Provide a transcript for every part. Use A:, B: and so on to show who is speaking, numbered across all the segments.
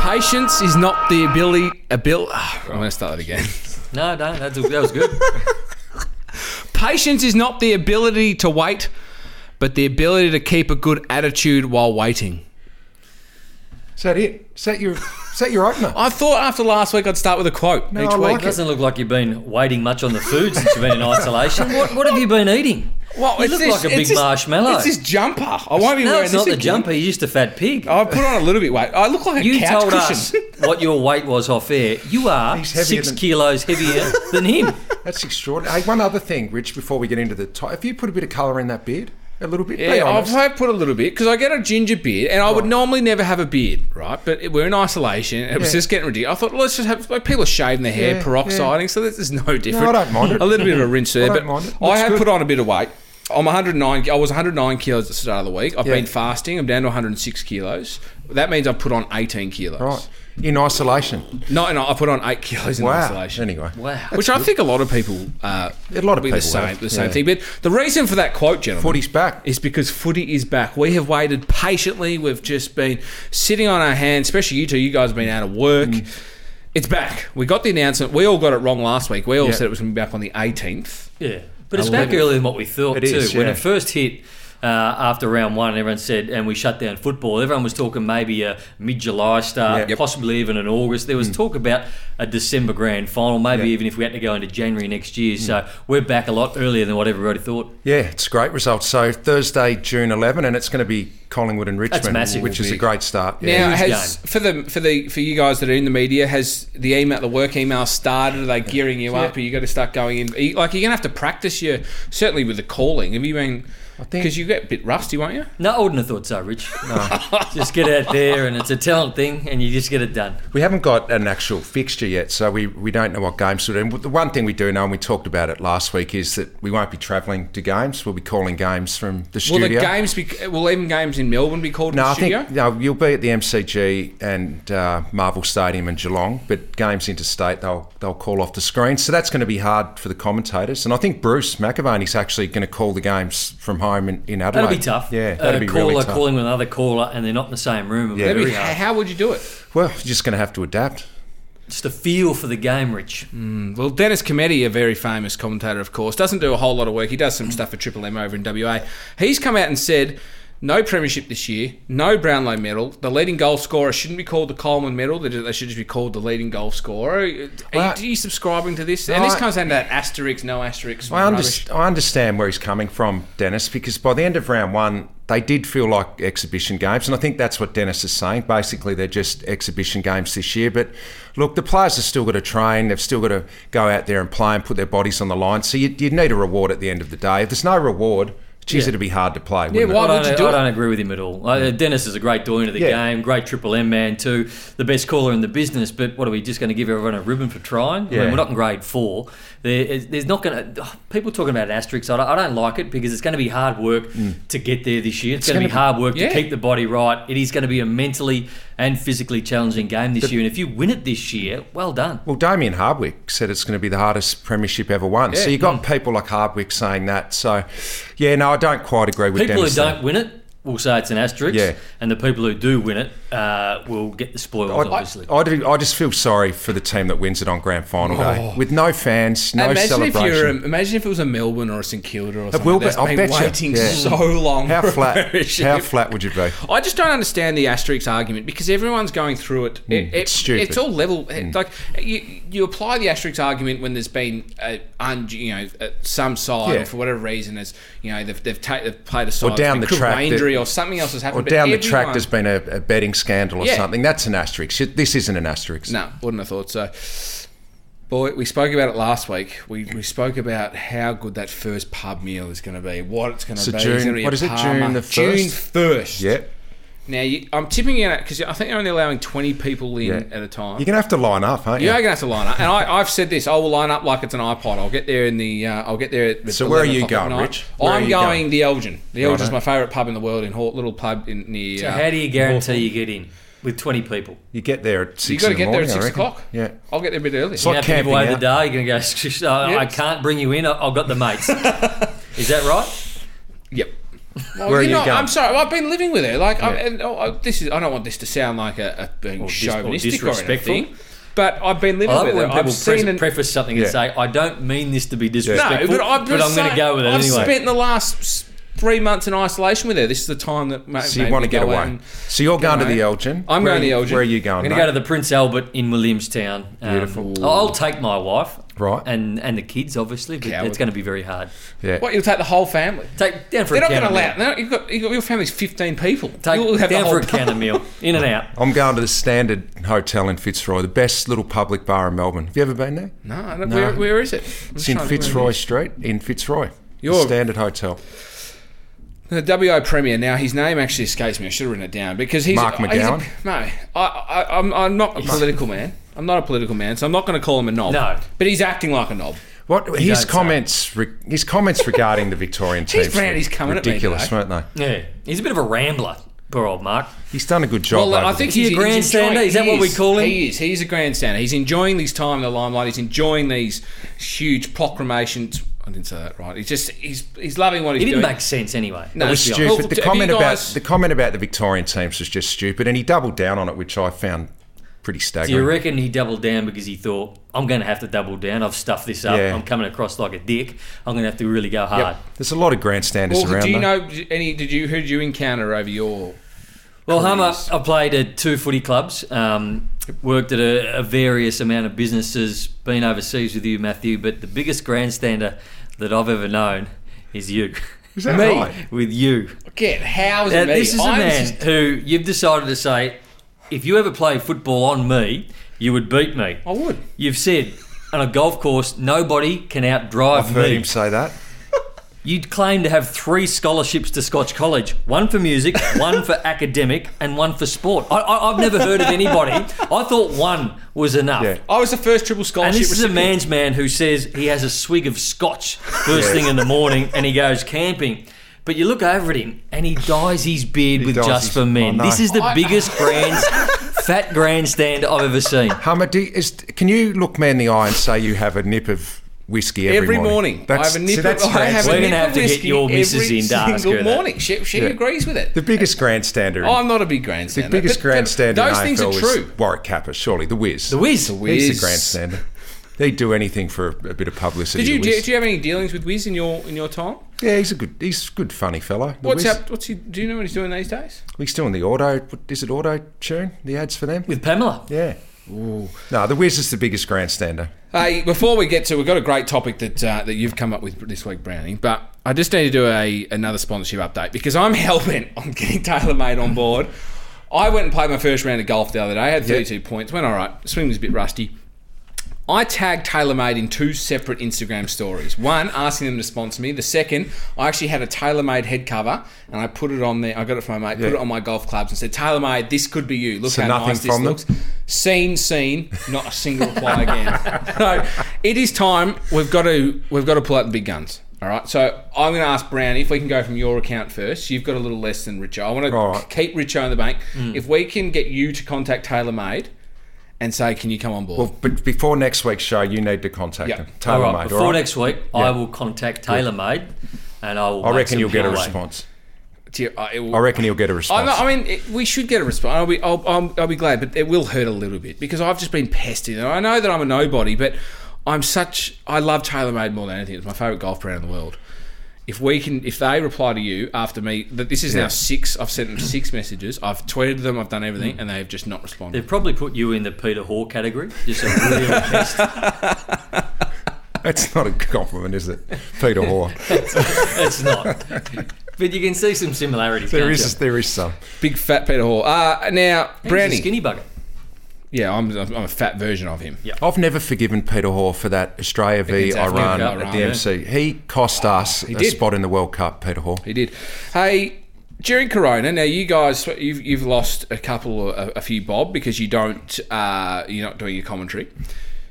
A: Patience is not the ability. Abil- I'm going to start that again.
B: No, no, that's, that was good.
A: Patience is not the ability to wait, but the ability to keep a good attitude while waiting.
C: Is that it? Is that your, is that your opener?
A: I thought after last week I'd start with a quote
C: No,
A: each
C: I
A: week.
C: like
B: It doesn't look like you've been waiting much on the food since you've been in isolation. What, what have you been eating?
A: Well,
B: you
A: it's
B: look
A: this-
B: like a
A: it's
B: big
A: this-
B: marshmallow.
A: It's this jumper. I won't be
B: no,
A: wearing
B: it's
A: this
B: not the
A: again.
B: jumper. You're just a fat pig.
A: I put on a little bit weight. I look like a
B: you
A: couch
B: told us
A: cushion.
B: what your weight was off air. You are
C: He's heavier
B: six
C: than-
B: kilos heavier than him.
C: That's extraordinary. Hey, one other thing, Rich, before we get into the top, if you put a bit of colour in that beard, a little bit, be
A: Yeah, I've
C: honest.
A: had put a little bit because I get a ginger beard, and I would normally never have a beard, right? But it- we're in isolation, and it was
C: Yeah.
A: just getting ridiculous. I thought, let's just have like people are shaving their hair,
C: Yeah,
A: peroxiding, so this is no different.
C: I don't mind it.
A: A little bit of a rinse there,
C: don't
A: but
C: mind it.
A: I
C: Looks
A: have
C: good.
A: put on a bit of weight. I'm 109. I was 109 kilos at the start of the week. I've
C: Yeah.
A: been fasting. I'm down to 106 kilos. That means I put on 18 kilos.
C: Right. In isolation.
A: No, no, I put on eight kilos in
C: Wow.
A: isolation.
C: Anyway.
B: Wow.
A: Which I think a lot of people, uh,
C: A lot of
A: be the
C: people
A: same,
C: have,
A: the same
C: yeah.
A: thing. But the reason for that quote, gentlemen,
C: Footy's back.
A: is because footy is back. We have waited patiently. We've just been sitting on our hands, especially you two. You guys have been out of work.
C: Mm.
A: It's back. We got the announcement. We all got it wrong last week. We all
C: Yeah.
A: said it was going to be back on the 18th.
B: Yeah, but it's
A: I
B: back
A: love it.
B: earlier than what we thought
C: It
B: too.
C: is,
B: When
C: yeah.
B: it first hit uh, after round one, everyone said, and we shut down football. Everyone was talking maybe a mid-July start,
C: Yeah. Yep. Mm.
B: possibly even in August. There was talk about a December grand final, maybe even if we had to go into January next
C: Mm.
B: year. So we're back a lot earlier than what everybody thought.
C: Yeah, it's a great result. So Thursday, June 11, and it's going to be Collingwood and Richmond,
B: massive.
C: which is a great start. Yeah.
A: Now,
B: Huge
A: has,
B: game.
A: for the for the for you guys that are in the media, has the email, the work email started? Are they gearing you up? Are you got to start going in? Are you- like you're gonna have to practice your certainly with the calling. Have you been?
C: think-
A: Because you get a bit rusty, won't you?
B: No, I wouldn't have thought so, Rich. No. just get out there, and it's a talent thing, and you just get it done.
C: We haven't got an actual fixture yet, so we, we don't know what games to do. And the one thing we do know, and we talked about it last week, is that we won't be travelling to games. We'll be calling games from the
A: Will
C: studio.
A: the games be? Will even games in Melbourne be called?
C: No,
A: in
C: I
A: the studio?
C: think no, you'll be at the MCG and uh, Marvel Stadium in Geelong, but games interstate they'll they'll call off the screen, so that's going to be hard for the commentators. And I think Bruce McAvaney's actually going to call the games from home in, in Adelaide.
B: That'll be tough.
C: Yeah, that'll
B: a
C: be
B: caller
C: really tough.
B: calling with another caller, and they're not in the same room. and
C: Yeah,
B: we're
A: Maybe-
B: really hard.
A: how would you do it?
C: Well, you're just going to have to adapt.
B: Just a feel for the game, Rich.
A: Well, Dennis Cometti, a very famous commentator, of course, doesn't do a whole lot of work. He does some stuff for Triple M over in WA. He's come out and said, no premiership this year, no Brownlow medal. The leading goal scorer shouldn't be called the Coleman medal. They ju- they should just be called the leading goal scorer. Are you,
C: Well,
A: are you subscribing to this? And
C: no,
A: this
C: I-
A: comes down to that asterisk, no asterisk.
C: I,
A: rubbish.
C: underst- I understand where he's coming from, Dennis, because by the end of round one, they did feel like exhibition games. And I think that's what Dennis is saying. Basically, they're just exhibition games this year. But look, the players have still got to train. They've still got to go out there and play and put their bodies on the line. So you, you need a reward at the end of the day. If there's no reward, geez, it'd be hard to play. wouldn't
A: Yeah,
C: it?
A: why would
B: I
A: you
B: don't- e-
A: do
B: I
A: it?
B: don't agree with him at all. Uh, Dennis is a great doing of the
C: Yeah.
B: game, great Triple M man too, the best caller in the business. But what are we just going to give everyone a ribbon for trying? I mean,
C: Yeah.
B: we're not in grade four. There, is- there's not going to people talking about asterisks. I don't, I don't like it because it's going to be hard work to get there this year. It's, going to
C: Hmm. gonna
B: be,
C: be-
B: hard work
A: Yeah.
B: to keep the body right. It is going to be a mentally and physically challenging game this year. And if you win it this year, well done.
C: Well, Damien Hardwick said it's going to be the hardest premiership ever won. So
A: Yeah. mm.
C: you got people like Hardwick saying that. So, yeah, no, I don't quite agree with
B: People who
C: Dennis. there.
B: don't win it. will say it's an asterisk,
C: Yeah.
B: and the people who do win it uh, will get the spoils.
C: I,
B: obviously,
C: I, I do- I just feel sorry for the team that wins it on grand final day with no fans, no
A: Oh. imagine if
C: celebration.
A: you're, um, imagine if it was a Melbourne or a St Kilda or something.
C: will be-
A: that's
C: I'll
A: been
C: bet you.
A: waiting
C: Yeah.
A: so long.
C: how
A: for a
C: flat?
A: premiership.
C: How flat would you be?
A: I just don't understand the asterisk argument because everyone's going through it. It- it-
C: Mm. it's stupid. Mm.
A: It's all level. Like you, you apply the asterisk argument when there's been a, un, you know uh some side
C: Yeah.
A: or for whatever reason as you know they've they've, ta- they've played a side that's
C: down
A: been
C: the
A: crippled
C: track
A: by
C: that-
A: injury or something else has happened.
C: Or
A: but
C: down the track,
A: everyone-
C: there's been a, a betting scandal or
A: Yeah.
C: something. That's an asterisk. Shit, This isn't an asterisk.
A: No, wouldn't have thought so. Boy, we spoke about it last week. We, we spoke about how good that first pub meal is going to be, what it's going to
C: So
A: be.
C: June-
A: it's gonna be a
C: what is it,
A: Palmer.
C: June the
A: June
C: 1st?
A: first.
C: Yep.
A: Now you, I'm tipping it out because I think they're only allowing 20 people in
C: Yeah.
A: at a time.
C: You're gonna have to line up, aren't you?
A: You are going to have to line up, and I, I've said this. I will line up like it's an iPod. I'll get there in the. Uh, I'll get there. At
C: So where are
A: 11
C: you
A: o'clock at
C: going,
A: night.
C: Rich? Where are
A: I'm
C: you
A: going,
C: going?
A: the Elgin. The Elgin's
C: Righto.
A: my favourite pub in the world. In Hort, little pub in near.
B: So
A: uh,
B: how do you guarantee you get in with 20 people?
C: You get there at
A: You
C: six.
A: got to
C: in the
A: get there at
C: morning, I
A: six
C: reckon.
A: o'clock.
C: Yeah.
A: I'll get there a bit early.
C: like
B: You have to give
C: camping
B: away the
C: out.
B: day. You're going to go, "Oh, I can't bring you in. I- I've got the mates. Is that right?
A: Yep. Well,
C: Where are you
A: know,
C: going?
A: I'm sorry. I've been living with her. Like, I'm,
C: Yeah.
A: and, oh, I, this is. I don't want this to sound like a, a being
B: Or dis- or
A: chauvinistic or,
B: disrespectful.
A: anything. But I've been living
B: I love
A: with
B: it
A: her.
B: when people
A: I've seen
B: pre-
A: an,
B: preface something
C: Yeah.
B: and say, "I don't mean this to be
A: no,
B: disrespectful,
A: but, I'm,
B: I'm going to go with it
A: I've
B: anyway."
A: spent the last s- three months in isolation with her. This is the time that ma-
C: So you
A: made
C: want
A: me
C: to get
A: go out
C: away.
A: and-
C: So you're going to
A: away.
C: the Elgin.
A: I'm going to
C: Where are
A: the
C: you-
A: Elgin.
C: Where are you
B: I'm
C: going?
B: going to
C: mate?
B: go to the Prince Albert in Williamstown. Um,
C: Beautiful.
B: I'll take my wife,
C: Right.
B: and and the kids, obviously, but
A: Coward.
B: it's going to be very hard.
C: Yeah.
A: What you'll take the whole family?
B: Take down for
A: They're not
B: a can
A: going to
B: of
A: allow.
B: meal.
A: No, you've got you've got your family's fifteen people. you'll
B: Take
A: have
B: down
A: the
B: for
A: whole
B: a can of meal, in and out.
C: I'm going to the Standard Hotel in Fitzroy, the best little public bar in Melbourne. Have you ever been there?
A: No, I don't- Where, where is it? I'm
C: It's
A: trying
C: in
A: to remember.
C: Fitzroy Street in Fitzroy. The
A: You're-
C: Standard Hotel.
A: The WA Premier. Now his name actually escapes me. I should have written it down because he's
C: Mark
A: he's a-
C: McGowan?
A: no, I, I, I'm, I'm not a political man. I'm not a political man, so I'm not going to call him a knob.
B: No.
A: but he's acting like a knob.
C: What his
B: don't
C: comments? Re, his comments regarding the Victorian teams.
A: Jeez, man,
C: were
A: he's coming at me
C: ridiculous,
A: today.
C: weren't they?
B: Yeah, he's a bit of a rambler, poor old Mark.
C: He's done a good job.
A: Well,
C: over
A: I
C: the-
A: think
B: he
A: he's
B: a grandstander?
A: enjoying-
B: Is that
A: he
B: what we call him?
A: He is. He's a grandstander. He's enjoying his time in the limelight. He's enjoying these huge proclamations. I didn't say that right. He's just he's he's loving what he's
B: He didn't
A: doing.
B: make sense anyway.
A: No,
C: It was
A: let's be honest.
C: stupid. The
A: Have you
C: comment
A: guys-
C: about the comment about the Victorian teams was just stupid, and he doubled down on it, which I found pretty
B: Do you
C: staggering.
B: reckon he doubled down because he thought, I'm going to have to double down. I've stuffed this up.
C: Yeah.
B: I'm coming across like a dick. I'm going to have to really go hard.
C: There's a lot of grandstanders
A: Well,
C: around.
A: do you
C: though.
A: know any? Did you who did you encounter over your?
B: Well, Hummer,
A: Careers.
B: I played at two footy clubs, um, worked at a, a various amount of businesses, been overseas with you, Matthew, but the biggest grandstander that I've ever known is you.
C: Is that
B: Me
C: right?
B: with you.
A: Get how is
B: Now,
A: it me?
B: Uh, this is a
A: I'm
B: man
A: just-
B: who you've decided to say, if you ever play football on me, you would beat me.
A: I would.
B: You've said on a golf course, nobody can outdrive
C: I've heard
B: me.
C: him say that.
B: You claim to have three scholarships to Scotch College one for music, one for academic, and one for sport. I, I, I've never heard of anybody. I thought one was enough.
C: Yeah.
A: I was the first triple
B: And
A: scholarship.
B: this is a
A: recipient.
B: man's man who says he has a swig of scotch first
C: Yeah.
B: thing in the morning and he goes camping. But you look over at him and he dyes his beard
C: He
B: with
C: dyes
B: Just
C: his- Oh,
B: for Men.
C: I know.
B: This is the
A: I-
B: biggest grand, fat grandstand I've ever seen.
C: Hummer, do, is, can you look me in the eye and say you have a nip of whiskey every,
A: Every morning, I
C: That's-
A: have a
C: see,
A: nip.
C: that's
A: of, I have
B: We're
A: a
B: gonna
A: nip
C: grandstand.
A: of
B: have to get
A: whiskey
B: your missus
A: every
B: in to ask
A: single
B: her that.
A: morning. She, she
C: Yeah.
A: agrees with it.
C: the biggest grandstander.
A: Oh, I'm not a big grandstander.
C: the biggest
A: but- but
C: grandstander.
A: Those
C: in
A: things are
C: AFL
A: true.
C: Is Warwick Kappa, surely the Whiz.
B: The whiz. The
A: whiz.
C: He's
A: Whiz.
C: the grandstander. They'd do anything for a, a bit of publicity.
A: Did you
C: the Whiz.
A: do, you have any dealings with Wiz in your in your time?
C: Yeah, he's a good, he's a good, funny fellow. the
A: What's
C: Whiz.
A: up? What's he? Do you know what he's doing these days?
C: He's doing the auto. What, is it auto tune? The ads for them.
B: With Pamela.
C: Yeah. No, the Wiz is the biggest grandstander.
A: Hey, before we get to, we've got a great topic that uh, that you've come up with this week, Browning. But I just need to do a another sponsorship update because I'm hell bent on getting TaylorMade on board. I went and played my first round of golf the other day. I had 32 points. Went all right. Swing was a bit rusty. I tagged TaylorMade in two separate Instagram stories. One, asking them to sponsor me. The second, I actually had a TaylorMade head cover and I put it on there. I got it from my mate, put
C: Yeah.
A: it on my golf clubs and said, TaylorMade, this could be you. Look
C: So
A: how
C: nothing
A: nice this
C: from them?
A: looks. Seen, seen, not a single reply again. so it is time. We've got to we've got to pull out the big guns. All right. So I'm going to ask Brownie if we can go from your account first. You've got a little less than Richo. I want to
C: All right. Mm.
A: keep Richo in the bank. If we can get you to contact TaylorMade and say, can you come on board?
C: Well, but before next week's show, you need to contact
A: Yeah.
C: him.
B: All
C: Taylor
B: right.
C: made.
B: before
C: all right?
B: next week, I will contact TaylorMade and I will.
C: I
B: make
C: reckon
B: some
C: you'll get a
B: headway.
C: response.
A: Do you- I- it will-
C: I reckon he'll get a
A: I,
C: response.
A: know- I mean, it, we should get a response. I'll be, I'll, I'll, I'll be glad, but it will hurt a little bit because I've just been pestered, and I know that I'm a nobody, but I'm such. I love TaylorMade more than anything. It's my favorite golf brand in the world. If we can, if they reply to you after me, that this is now six. I've sent them six messages. I've tweeted them. I've done everything, and they have just not responded.
B: Mm. They've probably put you in the Peter Hoare category. Just a real pest.
C: That's not a compliment, is it? Peter Hoare.
B: It's not. But you can see some similarities.
C: There
B: can't you?
C: is, there is some.
A: Big fat Peter Hall. Uh, now,
B: He's a
A: Brownie.
B: skinny bugger.
A: Yeah, I'm, I'm a fat version of him.
C: I've never forgiven Peter Hoare for that Australia v
A: Against Africa,
C: Iran
B: Iran,
C: at the
B: yeah.
C: MC. He cost us a
A: did.
C: spot in the World Cup, Peter Hoare.
A: He did. Hey, during Corona, now you guys, you've, you've lost a couple, or a, a few bob because you don't, uh, you're not doing your commentary.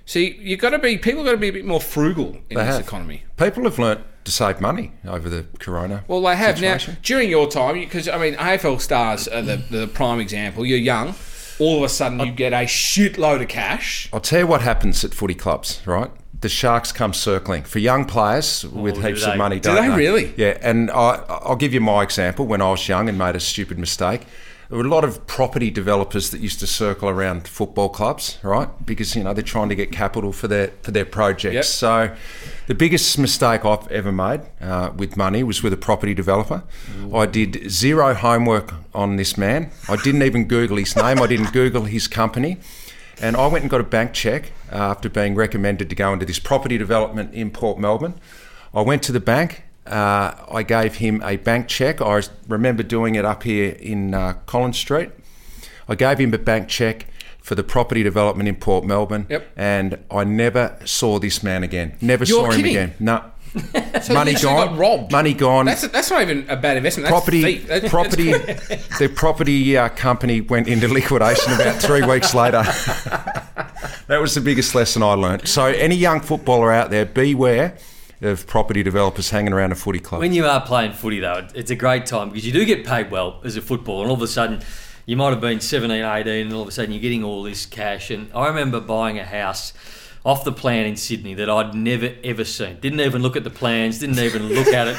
A: See, you've got to be, people got to be a bit more frugal in this
C: have.
A: economy.
C: People have learnt to save money over the corona.
A: Well, they have now
C: Situation.
A: during your time because I mean AFL stars are the, the prime example. You're young, all of a sudden you get a shitload of cash.
C: I'll tell you what happens at footy clubs, right? the sharks come circling for young players
B: Oh,
C: with
B: do
C: heaps
B: they?
C: of money.
A: Do
C: don't
A: they really?
C: Yeah, and I, I'll give you my example. When I was young and made a stupid mistake, there were a lot of property developers that used to circle around football clubs, right? Because you know they're trying to get capital for their for their projects.
A: Yep.
C: So, the biggest mistake I've ever made uh, with money was with a property developer. I did zero homework on this man. I didn't even Google his name. I didn't Google his company. And I went and got a bank check uh, after being recommended to go into this property development in Port Melbourne. I went to the bank. Uh, I gave him a bank check. I remember doing it up here in uh, Collins Street. I gave him a bank check for the property development in Port Melbourne.
A: Yep.
C: And I never saw this man again. Never
A: You're
C: saw him
A: kidding.
C: again. No.
A: So
C: money
A: you actually
C: gone.
A: Got robbed.
C: Money gone
A: That's that's not even a bad investment. That's
C: property
A: thief. That- that's
C: property the property uh, company went into liquidation about three weeks later that was the biggest lesson i learnt so any young footballer out there beware of property developers hanging around a footy club
B: When you are playing footy, though, it- it's a great time because you do get paid well as a footballer, and all of a sudden, you might have been 17, 18, and all of a sudden, you're getting all this cash. And I remember buying a house off the plan in Sydney that I'd never ever seen. Didn't even look at the plans, didn't even look at it.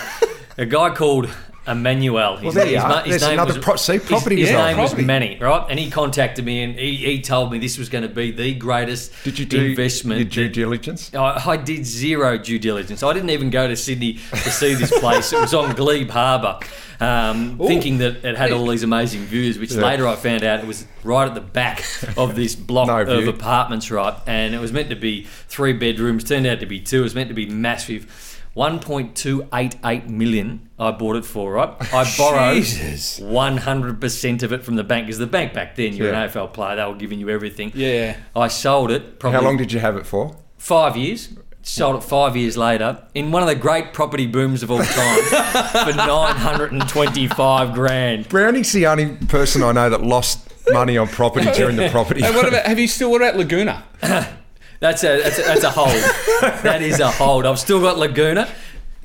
B: A guy called Emmanuel. His,
C: there you
B: his
C: are.
B: na- his
C: There's
B: name
C: another
B: was-
C: pro- see,
B: his-
C: property
B: his,
C: design.
B: name was
C: Property.
B: Manny, right? And he contacted me and he, he told me this was going to be the greatest
C: did you do
B: investment
C: your due
B: that-
C: diligence
B: I, I did zero due diligence. I didn't even go to Sydney to see this place. it was on Glebe Harbour, um, thinking that it had all these amazing views, which later I found out it was right at the back of this block
C: No
B: of
C: view.
B: apartments, right? And it was meant to be three bedrooms, turned out to be two. It was meant to be massive. 1.288 million I bought it for, right? I borrowed
A: Jesus.
B: 100% of it from the bank because the bank back then, you're
C: Yeah.
B: an AFL player, they were giving you everything.
A: Yeah.
B: I sold it probably
C: how long did you have it for
B: five years. Sold it five years later in one of the great property booms of all time for 925 grand.
C: browning's the only person i know that lost money on property during the property
A: And what about have you still what about Laguna?
B: That's a, that's a, that's a hold. that is a hold. I've still got Laguna.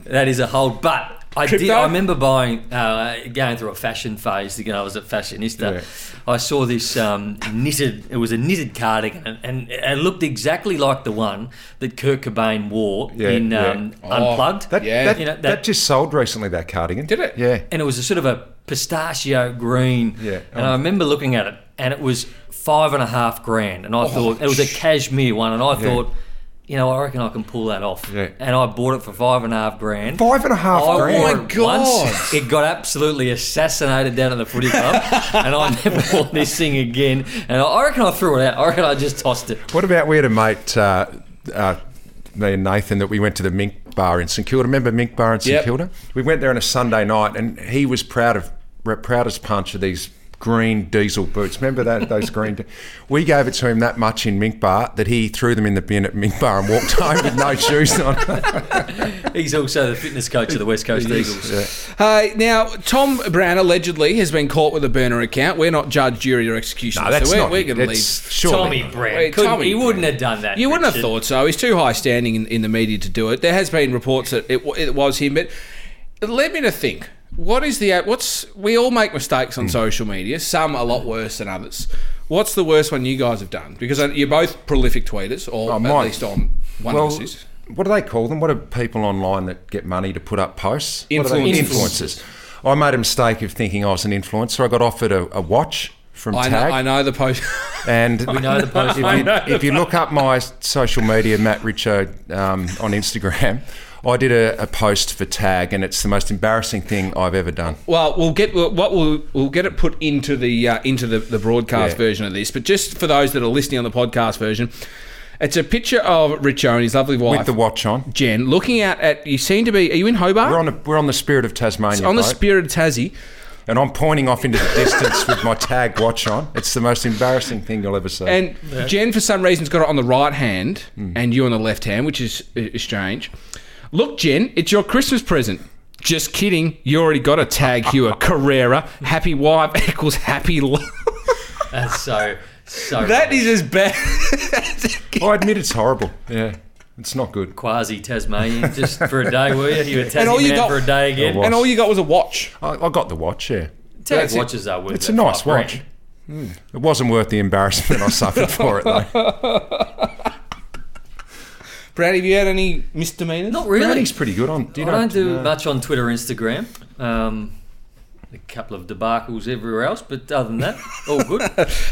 B: That is a hold. But I did.
A: Crypto?
B: I remember buying, uh, going through a fashion phase. You know, I was a fashionista. I saw this um, knitted. It was a knitted cardigan, and, and it looked exactly like the one that Kurt Cobain wore
C: Yeah,
B: in
C: yeah.
B: Um,
A: Oh,
B: Unplugged.
C: that,
A: Yeah.
C: that,
B: You know, that-
C: that just sold recently that cardigan
A: Did it?
C: yeah
B: and it was a sort of a pistachio green.
C: Yeah. um,
B: And I remember looking at it, and it was five and a half grand. And I
C: Oh,
B: thought it was a cashmere one, and I thought, you know, I reckon I can pull that off.
C: Yeah.
B: And I bought it for five and a half grand.
C: five and a half
B: I
C: grand Oh
B: wore
A: my
B: it
A: God.
B: once. It got absolutely assassinated down at the footy club, and I never wore this thing again. And I reckon I threw it out. I reckon I just tossed it.
C: What about we had a mate, uh, uh, me and Nathan, that we went to the Mink Bar in St Kilda. Remember Mink Bar in St
A: Yep.
C: Kilda? We went there on a Sunday night, and he was proud of proud as punch of these green diesel boots. Remember that those green? di- we gave it to him that much in Mink Bar that he threw them in the bin at Mink Bar and walked home with no shoes on.
A: Ah,
B: He's also the fitness coach of the West Coast Eagles.
C: Yeah.
A: Uh, now, Tom Brown allegedly has been caught with a burner account. We're not judge, jury, or executioner.
C: No, that's
A: so we're,
C: not.
A: we're going to leave.
C: that's surely-
B: Tommy Brown.
A: Wait,
B: couldn't-
A: Tommy
B: he wouldn't
A: Brand.
B: have done that.
A: You wouldn't have
B: Richard.
A: thought so. He's too high standing in, in the media to do it. There has been reports that it, wa- it was him, but it led me to think: what is the what's? We all make mistakes on
C: Hmm.
A: social media. Some a lot worse than others. What's the worst one you guys have done? Because I- you're both prolific tweeters, or
C: Oh,
A: at
C: mine.
A: least on one
C: Well,
A: of us is.
C: What do they call them? What are people online that get money to put up posts? What are they-
A: Influencers.
C: Influencers. I made a mistake of thinking I was an influencer. I got offered a, a watch from
A: I know,
C: Tag.
A: I know the post.
C: And
B: know the post.
C: if,
B: I
C: you, if you look up my social media, Matt Richo um, on Instagram, I did a, a post for Tag, and it's the most embarrassing thing I've ever done.
A: Well, we'll get we'll- what we'll we'll get it put into the uh, into the, the broadcast
C: Yeah.
A: version of this. But just for those that are listening on the podcast version, it's a picture of Richo and his lovely wife
C: With the watch on,
A: Jen looking out at you. Seem to be. Are you in Hobart?
C: we're on, a, we're on the Spirit of Tasmania,
A: On the
C: boat,
A: Spirit of Tassie.
C: and I'm pointing off into the distance with my Tag watch on. It's the most embarrassing thing you'll ever see.
A: And Jen, for some reason, has got it on the right hand and you on the left hand, which is, uh, is strange. Look, Jen, it's your Christmas present. Just kidding. You already got a tag, Hewer. Carrera. Happy wife equals happy love.
B: That's so so.
A: That is as bad.
C: I admit it's horrible. Yeah, it's not good.
B: quasi Tasmanian just for a day, were you? You were Tasmanian
A: all you got-
B: for a day again.
C: Oh,
A: and all you got was a watch.
C: I, I got the watch. Yeah,
B: Tag
A: That's it.
B: watches are worth.
C: it's a
B: that
C: nice
B: five grand.
C: watch. It wasn't worth the embarrassment I suffered for it, though.
A: Brad, have you had any misdemeanors?
B: Not really.
C: Brownie's pretty good on. Do you
B: I
C: know- Uh,
B: don't do
C: no.
B: much on Twitter or Instagram. Um, a couple of debacles everywhere else, but other than that, all good.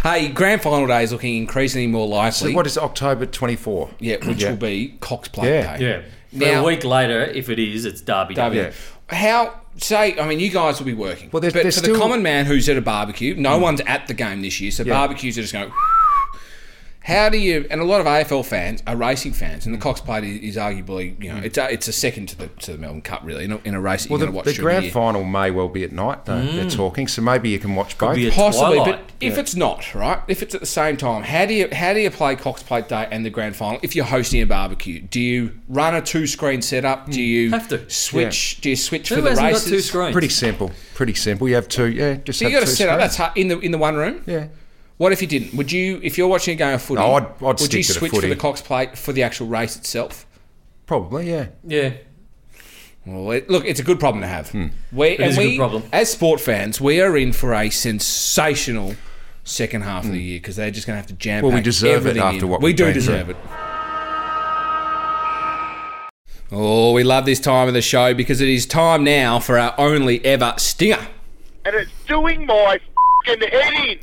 A: Hey, grand final day is looking increasingly more
C: So
A: likely.
C: what is October 24?
A: yeah, which
C: Yeah.
A: will be Cox Plate
C: Yeah.
A: Day.
B: yeah. But
A: Now-
B: a week later, if it is, it's Derby.
A: Derby.
C: Yeah.
A: How say? I mean, you guys will be working.
C: Well, there's-
A: but
C: there's
A: for the
C: still- Mm.
A: common man who's at a barbecue, no one's at the game this year, so barbecues are just going. How do you? And a lot of AFL fans are racing fans, and the Cox Plate is, is arguably, you know, it's a, it's a second to the to the Melbourne Cup, really, in a, in a race that
C: Mm. Well,
A: you're going to
C: the, the
A: watch. during
C: grand
A: year. Mm.
C: final may well be at night, though. They're talking, so maybe you can watch both.
B: be a-
A: Possibly,
B: twilight.
A: but if it's not right, if it's at the same time, how do you how do you play Cox Plate Day and the Grand Final if you're hosting a barbecue? Do you run a two screen setup? Do you
B: Hmm. Have to.
A: switch? Do you switch
B: Who
A: for the
B: hasn't got two
A: races?
B: screens?
C: Pretty simple. Pretty simple. You have two. Yeah, just
A: so you
C: have
A: got to
C: two
A: set up.
C: screens.
A: That's hard, in the in the one room.
C: Yeah.
A: What if you didn't? Would you if you're watching a game of footy?
C: No, I'd- I'd
A: would
C: stick
A: you
C: to the
A: switch
C: footy.
A: for the Cox Plate for the actual race itself?
C: Probably, yeah.
B: Yeah.
A: Well, it, look, it's a good problem to have.
C: Hmm.
A: We, and
B: is a
A: we,
B: good problem.
A: as sport fans, we are in for a sensational second half of the year because they're just going to have to jam.
C: Hmm. Well, we deserve it
A: everything
C: after
A: in.
C: what
A: we
C: we've
A: do
C: been
A: deserve it. Oh, we love this time of the show because it is time now for our only ever stinger.
D: and it's doing my fing head in.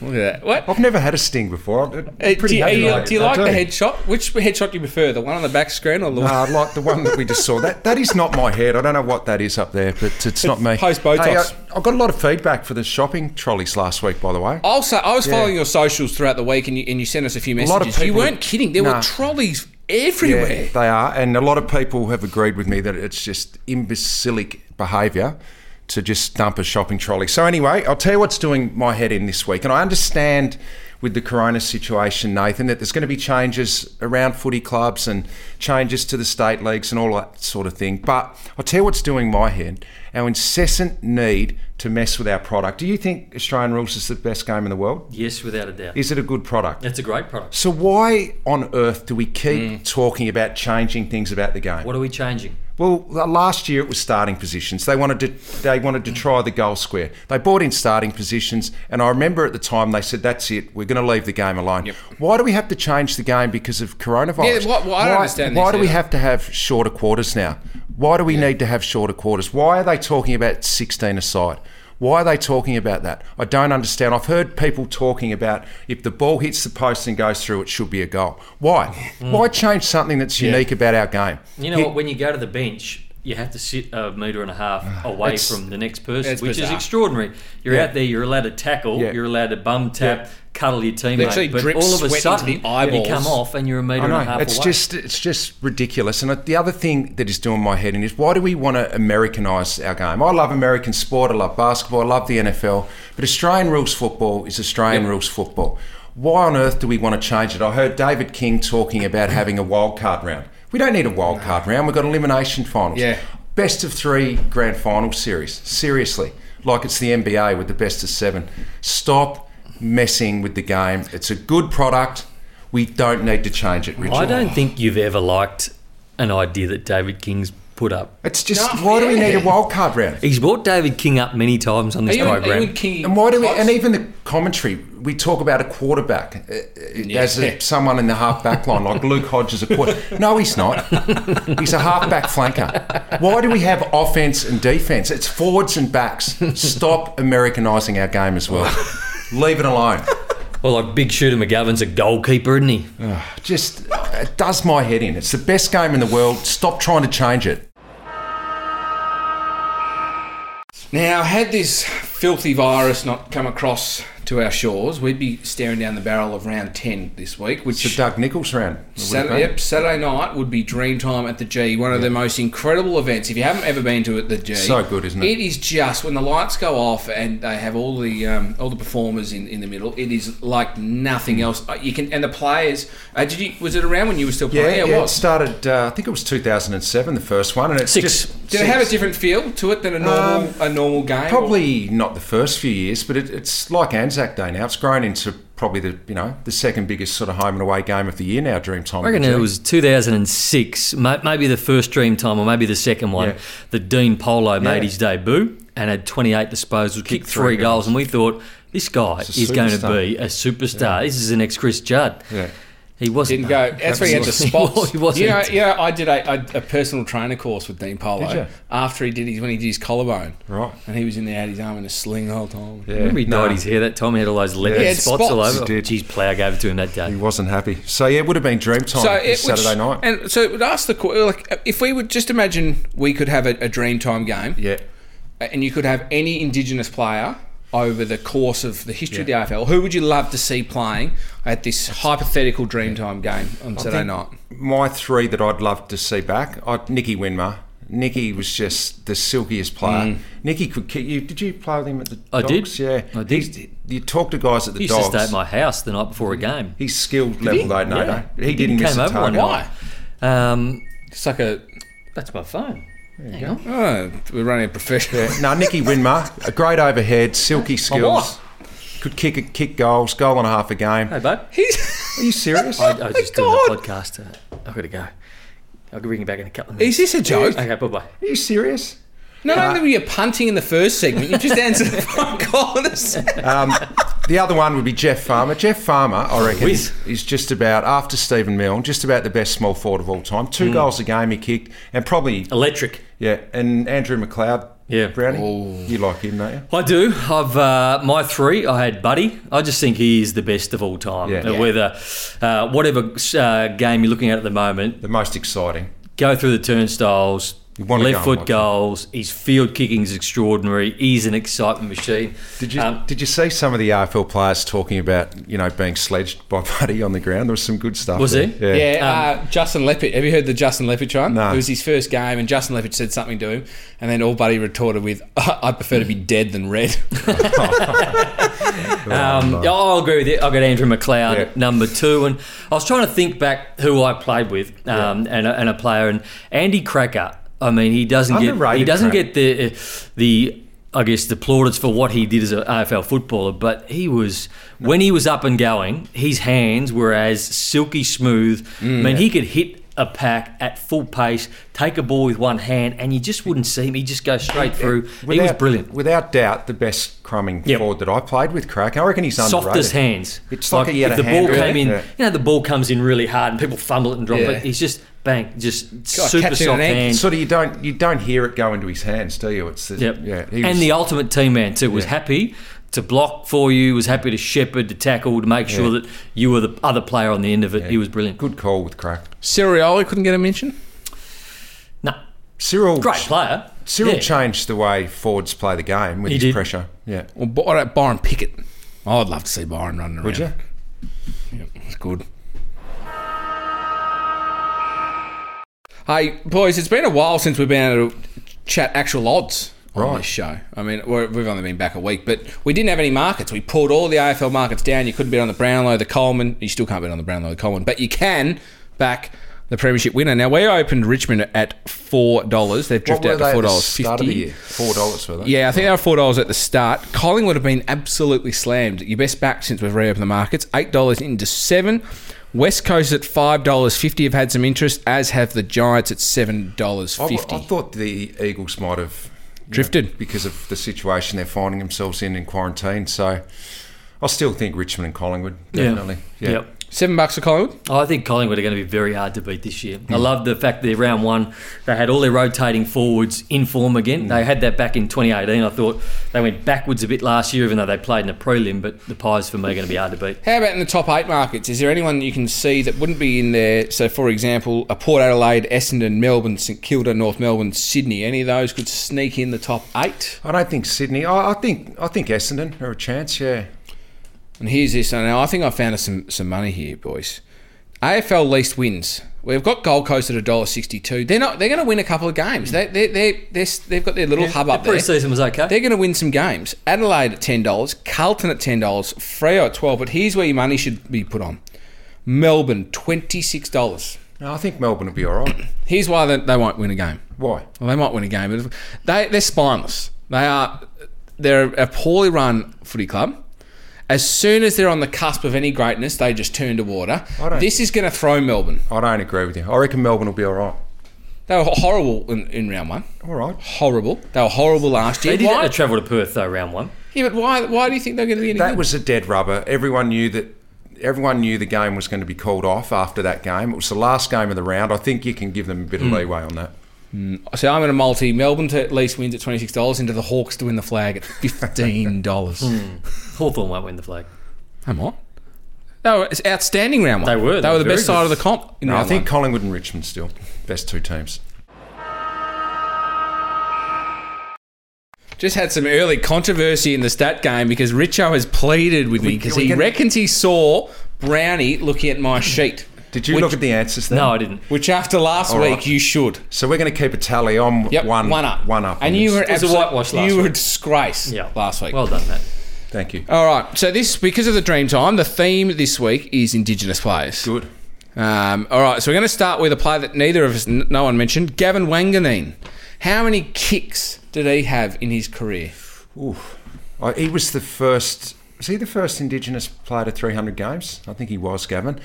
A: Look at that. What?
C: I've never had a sting before. I'm
A: Uh,
C: pretty
A: do you,
C: happy
A: are you-
C: with it.
A: do you
C: I
A: like the
C: do.
A: headshot? Which headshot do you prefer? The one on the back screen or the
C: No,
A: one?
C: I like the one that we just saw. That that is not my head. I don't know what that is up there, but it's not me.
A: post Botox.
C: Hey, I, I got a lot of feedback for the shopping trolleys last week, by the way.
A: I'll say I was following your socials throughout the week, and you and you sent us a few messages.
C: lot of
A: you
C: people-
A: weren't kidding. There
C: Nah.
A: were trolleys
C: Yeah,
A: everywhere.
C: they are, and a lot of people have agreed with me that it's just imbecilic behaviour to just dump a shopping trolley. So anyway, I'll tell you what's doing my head in this week, and I understand with the corona situation, Nathan, that there's going to be changes around footy clubs and changes to the state leagues and all that sort of thing. But I'll tell you what's doing my head: our incessant need to mess with our product. Do you think Australian rules is the best game in the world?
B: Yes, without a doubt.
C: Is it a good product?
B: It's a great product.
C: So why on earth do we keep talking about changing things about the game?
B: What are we changing?
C: Well, the- last year it was starting positions. They wanted to they wanted to try the goal square. They bought in starting positions, and I remember at the time they said, "That's it. We're going to leave the game alone." Why do we have to change the game because of coronavirus?
A: Yeah, why- why- I don't understand
C: Why
A: this
C: do we
A: either.
C: have to have shorter quarters now? Why do we need to have shorter quarters? Why are they talking about sixteen aside? Why are they talking about that? I don't understand. I've heard people talking about if the ball hits the post and goes through, it should be a goal. Why?
A: Mm.
C: Why change something that's unique about our game?
B: You know what? When you go to the bench, you have to sit a metre and a half away
C: It's-
B: from the next person,
A: Ah, It's
B: which is
A: bizarre.
B: extraordinary. You're
C: Yeah.
B: out there, you're allowed to tackle,
C: Yeah.
B: you're allowed to bum tap, cuddle your teammate,
A: Literally
B: but
A: drip
B: all of a
A: sweat into
B: sudden
A: the eyeballs.
B: you come off and you're a metre
C: I
B: and a
C: know.
B: half
C: It's
B: away.
C: just it's just ridiculous. And the other thing that is doing my head in is why do we want to Americanise our game? I love American sport. I love basketball. I love the NFL. But Australian rules football is Australian rules football. Why on earth do we want to change it? I heard David King talking about having a wild card round. We don't need a wild card round. We've got elimination finals.
A: Yeah.
C: Best of three grand final series. Seriously. Like it's the NBA with the best of seven. Stop messing with the game. It's a good product. We don't need to change it, Richard.
B: I don't think you've ever liked an idea that David King's put up.
C: It's just
A: No,
C: why do we
A: yeah.
C: need a wild card round?
B: He's brought David King up many times on
A: Are
B: this
A: you, in- are you in
B: program.
A: King?
C: And why do we?
A: Cox?
C: And even the commentary, we talk about a quarterback uh, uh, as
A: Yeah.
C: a, someone in the half back line, like Luke Hodge is a quarter. No, he's not. He's a half back flanker. Why do we have offense and defense? It's forwards and backs. Stop Americanizing our game as well. Leave it alone.
B: Well, like Big Shooter McGovern's a goalkeeper, isn't he?
C: Just it does my head in. It's the best game in the world. Stop trying to change it.
A: Now, had this filthy virus not come across to our shores, we'd be staring down the barrel of round ten this week, which.
C: The Doug Nichols round.
A: Saturday, yep, Saturday night would be dream time at the G, one of the most incredible events. If you haven't ever been to it, the G,
C: So good, isn't it?
A: It is just when the lights go off and they have all the um, all the performers in, in the middle. It is like nothing else. Uh, You can and the players. Uh, did you was it around when you were still
C: Yeah,
A: playing?
C: yeah,
A: it
C: it
A: was.
C: started. Uh, I think it was 2007, the first one, and it's
B: Six.
C: just
A: Did it have a
C: six. Um,
A: different feel to it than a normal a normal game?
C: Probably not the first few years, but it, it's like Anzac Day now. It's grown into probably the you know the second biggest sort of home and away game of the year now. Dreamtime.
B: I reckon it was 2006, ma- maybe the first dream time or maybe the second one,
C: Yeah.
B: that Dean Polo
C: Yeah.
B: made his debut and had 28 disposals, kicked three
C: three
B: goals, and we thought this guy
C: a
B: is going to be
C: superstar.
B: a superstar. This is the next Chris Judd.
C: Yeah.
B: He wasn't.
A: Didn't
B: though.
A: go. That's where he had to
B: He
A: spot.
B: wasn't. He wasn't.
A: You know, you know, I did a, a, a personal trainer course with Dean Polo
C: Did you?
A: after he did his when he did his collarbone.
C: Right.
A: And he was in there had his arm in a sling the whole time.
C: Yeah.
B: Remember he
C: No,
B: dyed his hair that time. He had all those leopard
A: He had
B: spots, all
A: spots.
B: over.
C: He did.
B: Jeez, Plough gave it to him that
C: He
B: day.
C: wasn't happy. So yeah, it would have been dream time this
A: would-
C: Saturday night.
A: And so it would ask the que- like if we would just imagine we could have a, a dream time game,
C: yeah.
A: and you could have any Indigenous player over the course of the history of the AFL. Who would you love to see playing at this hypothetical dream time game on Saturday night?
C: My three that I'd love to see back. I'd, Nicky Winmar. Nicky was just the silkiest player. Nicky could kick you. Did you play with him at the
B: I did.
C: Dogs? Yeah.
B: I did.
C: He's- you talk to guys at the
B: He used
C: Dogs.
B: to stay at my house the night before a game.
C: He's skilled level though, no,
B: Yeah.
C: no. He didn't miss
B: came
C: a
B: over one
C: target.
A: Why?
B: Um,
A: It's like a
B: that's my phone.
A: oh, we're running a professional.
C: No, Nicky Winmar, a great overhead, silky skills. Could kick a, kick goals, goal and a half a game.
B: Hey, bud.
A: He's
C: Are you serious?
B: I, I was just doing
A: God.
B: the podcast. Uh, I've got to go. I'll ring you back in a couple of
A: is
B: minutes.
A: this a joke?
B: Okay, bye bye.
C: Are you serious?
A: Not
C: Uh-huh.
A: only were you punting in the first segment, you just answered the phone call. in the second.
C: Um, the other one would be Jeff Farmer. Jeff Farmer, I reckon,
B: Whiz.
C: is just about after Stephen Milne, just about the best small forward of all time. Two goals a game he kicked, and probably
B: Electric.
C: yeah. And Andrew McLeod,
B: Yeah.
C: Brownie, you like him, don't you?
B: I do. I've uh, my three. I had Buddy. I just think he is the best of all time.
C: Yeah.
B: Uh, Whether uh, whatever uh, game you're looking at at the moment,
C: The most exciting.
B: go through the turnstiles.
C: You wanna go
B: Left
C: and
B: foot
C: watch him.
B: goals. His field kicking is extraordinary. He's an excitement machine.
C: Did you
B: Um,
C: did you see some of the AFL players talking about you know being sledged by Buddy on the ground? There was some good stuff.
B: Was
C: there.
B: there?
C: Yeah.
A: Yeah, uh, Justin Leppich. Have you heard the Justin Leppich one?
C: No.
A: It was his first game, and Justin Leppich said something to him, and then all Buddy retorted with, "I prefer to be dead than red."
C: Oh,
B: Um, yeah, I'll agree with you. I've got Andrew McLeod
C: Yeah.
B: number two, and I was trying to think back who I played with um, and, a, and a player and Andy Cracker. I mean, he doesn't get he
C: Underrated
B: doesn't
C: Cracker.
B: get the the I guess the plaudits for what he did as an AFL footballer, but he was when he was up and going, his hands were as silky smooth.
C: Mm,
B: I mean, he could hit. A pack at full pace, take a ball with one hand, and you just wouldn't see him. He'd just go straight through. he was brilliant.
C: Without doubt, the best crumbing
B: Yep.
C: forward that I played with, Crack. I reckon he's underrated.
B: softest hands.
C: It's like he had
B: if
C: a
B: the
C: hand
B: ball
C: really.
B: came in,
C: Yeah.
B: you know, the ball comes in really hard and people fumble it and drop
A: Yeah.
B: it. He's just bang, just
A: God,
B: super
A: catching an
B: soft
A: ankle.
B: hand.
C: Sort of you don't you don't hear it go into his hands, do you? It's the,
B: Yep.
C: yeah. he was-
B: And the ultimate team man too was happy to block for you, was happy to shepherd, to tackle, to make sure that you were the other player on the end of it. He was brilliant.
C: good call with Crack.
A: Siriola couldn't get a mention.
B: No,
C: Cyril
B: great player.
C: Cyril
B: Yeah.
C: changed the way forwards play the game with
B: He
C: his
B: did.
C: pressure. Yeah.
A: Or Bo- all right, Byron Pickett. Oh, I'd love to see Byron running around.
C: Would you?
A: Yep, it's good. Hey, boys, it's been a while since we've been able to chat actual odds on
C: Right.
A: this show. I mean, we're, we've only been back a week, but we didn't have any markets. We pulled all the AFL markets down. You couldn't bet on the Brownlow, the Coleman. You still can't bet on the Brownlow, the Coleman, but you can back the Premiership winner. Now, we opened Richmond at $4. They've
C: What
A: drifted
C: were
A: out to
C: they at the
A: $4.50.
C: start of the year? Four dollars were they?
A: Yeah, I think they were four dollars at the start. Collingwood have been absolutely slammed. Your best back since we've reopened the markets. Eight dollars into seven. West Coast at five dollars fifty have had some interest, as have the Giants at seven dollars
C: I, I
A: fifty.
C: thought the Eagles might have you know,
A: Drifted.
C: because of the situation they're finding themselves in in quarantine. So I still think Richmond and Collingwood definitely. Yeah.
B: Yep.
A: Seven bucks for Collingwood.
B: I think Collingwood are going to be very hard to beat this year. I love the fact that round one, they had all their rotating forwards in form again. They had that back in 2018. I thought they went backwards a bit last year, even though they played in a prelim. But the Pies, for me, are going to be hard to beat.
A: How about in the top eight markets? Is there anyone you can see that wouldn't be in there? So, for example, a Port Adelaide, Essendon, Melbourne, St Kilda, North Melbourne, Sydney. Any of those could sneak in the top eight.
C: I don't think Sydney. I, I think I think Essendon are a chance. Yeah.
A: And here's this. Now, I think I found us some, some money here, boys. AFL least wins. We've got Gold Coast at $1.62. They're not. They're going to win a couple of games. They they they they're, they've got their little hub up
B: The
A: there.
B: preseason was okay.
A: They're going to win some games. Adelaide at ten dollars, Carlton at ten dollars, Freo at twelve. But here's where your money should be put on. Melbourne twenty six dollars.
C: No, I think Melbourne will be all right.
A: Here's why they, they won't win a game.
C: Why?
A: Well, they might win a game, but if- they they're spineless. They are they're a poorly run footy club. As soon as they're on the cusp of any greatness, they just turn to water.
C: I don't-
A: This is going to throw Melbourne.
C: I don't agree with you. I reckon Melbourne will be all right.
A: They were horrible in, in round one.
C: All right.
A: Horrible. They were horrible last year.
B: They did
A: why?
B: have to travel to Perth, though, round one.
A: yeah, but why? Why do you think they're going to be any
C: That
A: good?
C: was a dead rubber. Everyone knew that everyone knew the game was going to be called off after that game. It was the last game of the round. I think you can give them a bit of
A: Hmm.
C: leeway on that.
A: So I'm going to multi Melbourne to at least wins at twenty six dollars into the Hawks to win the flag at fifteen dollars.
B: Hmm. Hawthorn won't win the flag.
A: Come on. They were it's outstanding round one.
B: They were,
A: They
B: they
A: were
B: were
A: the
B: very
A: best side
B: good.
A: of the comp. In
C: No, I
A: round
C: think
A: one.
C: Collingwood and Richmond still best two teams.
A: Just had some early controversy in the stat game because Richo has pleaded with me because
C: we
A: he
C: can-
A: reckons he saw Brownie looking at my sheet.
C: Did you
A: which,
C: look at the answers? Then?
B: No, I didn't.
A: Which after last
C: All
A: week,
C: right.
A: you should.
C: So we're going to keep a tally. I'm
A: Yep,
C: one,
A: one up,
C: one up.
A: and
C: on
A: you
C: this.
A: were
B: was a
A: absolute-
B: whitewash last
A: You were a
B: week.
A: disgrace
B: Yeah,
A: last week.
B: Well done, Matt.
C: Thank you.
A: All right, so this because of the dream time, the theme this week is Indigenous players.
C: Good.
A: Um, all right, so we're going to start with a player that neither of us, n- no one mentioned, Gavin Wanganeen. How many kicks did he have in his career?
C: Oof. I, he was the first. Was he the first Indigenous player to 300 games? I think he was, Gavin.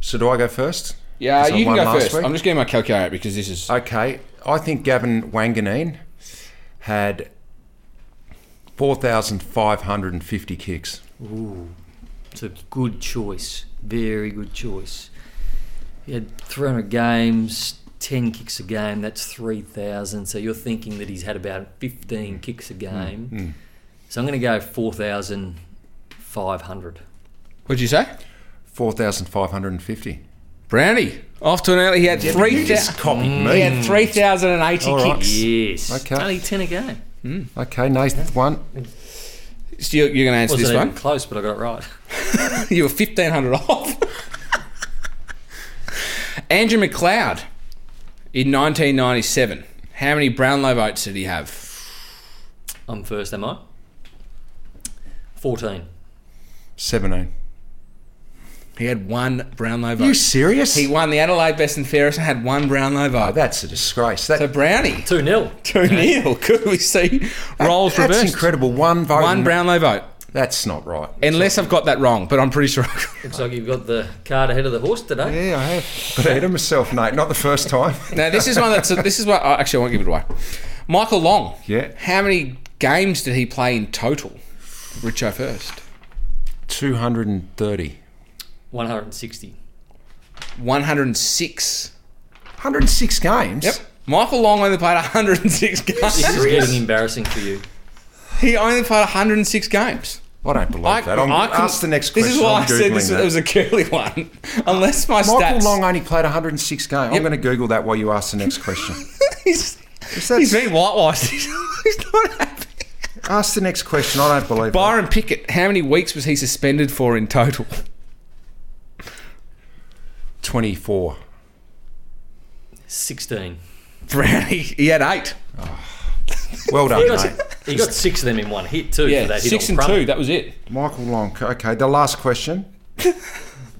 C: So do I go first?
A: Yeah,
C: 'Cause I
A: you can
C: won
A: go
C: last
A: first.
C: week. Oh,
A: I'm just getting my calculator out because this is
C: Okay, I think Gavin Wanganeen had 4,550 kicks.
B: It's a good choice. Very good choice. He had 300 games, 10 kicks a game. That's 3,000. So you're thinking that he's had about 15 kicks a
C: Hmm,
B: game. So I'm going to go 4,500.
A: What'd you say?
C: 4,550.
A: Brownie. Off to an early. He had three.
C: You just copied
A: he
C: me.
A: had three thousand and eighty
C: All right.
A: kicks.
B: Yes.
C: Okay.
B: Only 10 a game.
C: Okay, Nathan, one.
A: So you're, going to answer
B: Wasn't
A: this
B: even
A: one.
B: close, but I got it right.
A: You were fifteen hundred off. Andrew McLeod in nineteen ninety seven. How many Brownlow votes did he have?
B: I'm first, am I? 14.
C: 17.
A: He had one Brownlow vote.
C: you serious?
A: He won the Adelaide Best and Fairest and had one Brownlow vote.
C: Oh, that's a disgrace. That,
A: so Brownie
B: 2 0.
A: two nil. Could we see roles
C: that's
A: reversed?
C: incredible. One vote.
A: One Brownlow vote.
C: That's not right.
A: Unless I've got that wrong, but I'm pretty sure. I've got
B: Looks like you've got the card ahead of the horse today.
C: Yeah, I have. Got ahead of myself, Nate. Not the first time.
A: Now this is one that's this is what I actually I won't give it away. Michael Long.
C: Yeah.
A: How many games did he play in total? Richo first.
C: 230.
B: 160.
A: One hundred and six.
C: 106 games?
A: Yep. Michael Long only played 106
B: This
A: games.
B: is getting embarrassing for you.
A: he only played 106 games.
C: I don't believe that. I'm,
A: couldn't-
C: ask the next
A: This
C: question.
A: is why
C: I'm
A: i said
C: Googling
A: this
C: that.
A: was a curly one. Unless my
C: Michael
A: stats.
C: Long uh, only played 106 games.
A: Yep.
C: I'm going to Google that while you ask the next question.
A: he's,
C: Is that-
A: he's been whitewashed. he's not happy.
C: ask the next question. I don't believe that.
A: Byron Pickett. How many weeks was he suspended for in total?
C: 24.
B: 16.
A: Brownie. He had eight.
C: Well done,
B: He got,
C: mate.
B: he got six of them in one hit too. for
A: Yeah.
B: that hit
A: Six
B: on
A: and
B: Crummett.
A: two. That was it.
C: Michael Long. Okay, the last question.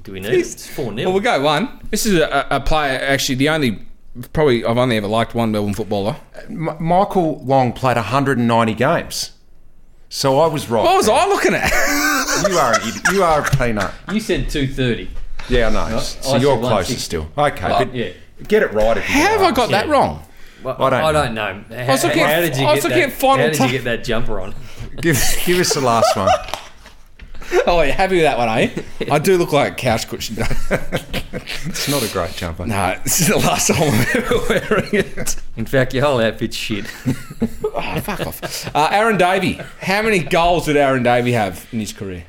B: Do we need it? It's four nil.
A: Well, we'll go one. This is a, a player, actually, the only, probably, I've only ever liked one Melbourne footballer.
C: M- Michael Long played 190 games. So I was right.
A: What was
C: there.
A: I looking at?
C: You are, an idiot. you are a peanut.
B: you said two thirty.
C: Yeah, I know.
B: I
C: so
B: said
C: you're
B: 160.
C: closer still. Okay, but
B: yeah.
C: get it right. If you
A: How have I
C: want.
A: got that
B: Yeah.
A: wrong?
B: Well,
C: I don't
B: know. How,
A: was looking
B: how
A: at-
B: did you
A: I was
B: get
A: looking
B: that,
A: at final
B: How did
A: time.
B: you get that jumper on?
C: Give, give us the last one.
A: Oh, you're happy with that one, eh? I do look like a couch cushion. no,
C: It's not a great jumper.
A: this is the last time I'm ever wearing it.
B: In fact, your whole outfit's shit.
A: Oh, fuck off. Uh, Aaron Davey. How many goals did Aaron Davey have in his career?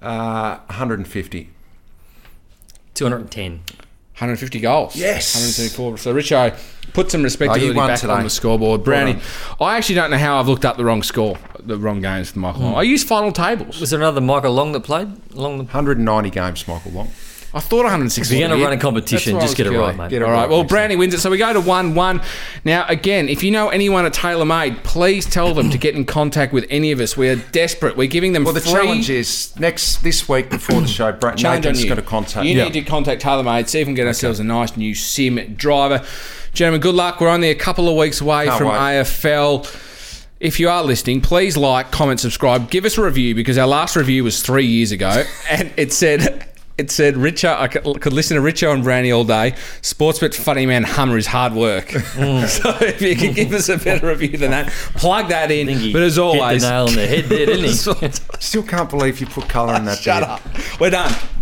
C: Uh, 150.
B: Two hundred and ten.
A: 150 goals.
C: Yes.
A: 174. So Richo put some
C: Oh,
A: respectability
C: you won
A: back
C: today.
A: on the scoreboard. Brownie, I actually don't know how I've looked up the wrong score, the wrong games for Michael. Long. I use final tables.
B: Was there another Michael Long that played? Long. The,
C: 190 games, Michael Long.
A: I thought 160.
B: if you're going to run a competition, just get it right, mate.
C: Get it
A: All right.
C: right,
A: Well,
C: next time.
A: Brownie wins it. So we go to 1 1. Now, again, if you know anyone at TaylorMade, please tell them to get in contact with any of us. We are desperate. We're giving them
C: Well, the
A: free
C: challenge is next this week before the show. Brad
A: challenge
C: Nathan's
A: on you.
C: got to contact.
A: You
C: Yeah.
A: need to contact TaylorMade, see if we can get ourselves a nice new sim driver. Gentlemen, good luck. We're only a couple of weeks away
C: Can't
A: from
C: wait.
A: AFL. If you are listening, please like, comment, subscribe, give us a review because our last review was three years ago and it said It said, Richo, I could could listen to Richo and Brandy all day. Sportsbet funny man Hummer is hard work.
B: Mm.
A: so if you could give us a better review than that, plug that in.
B: think he
A: But as
B: hit the
A: always,
B: nail on the head there, didn't he?
C: Still can't believe you put colour in that.
A: shut
C: beer.
A: up. We're done.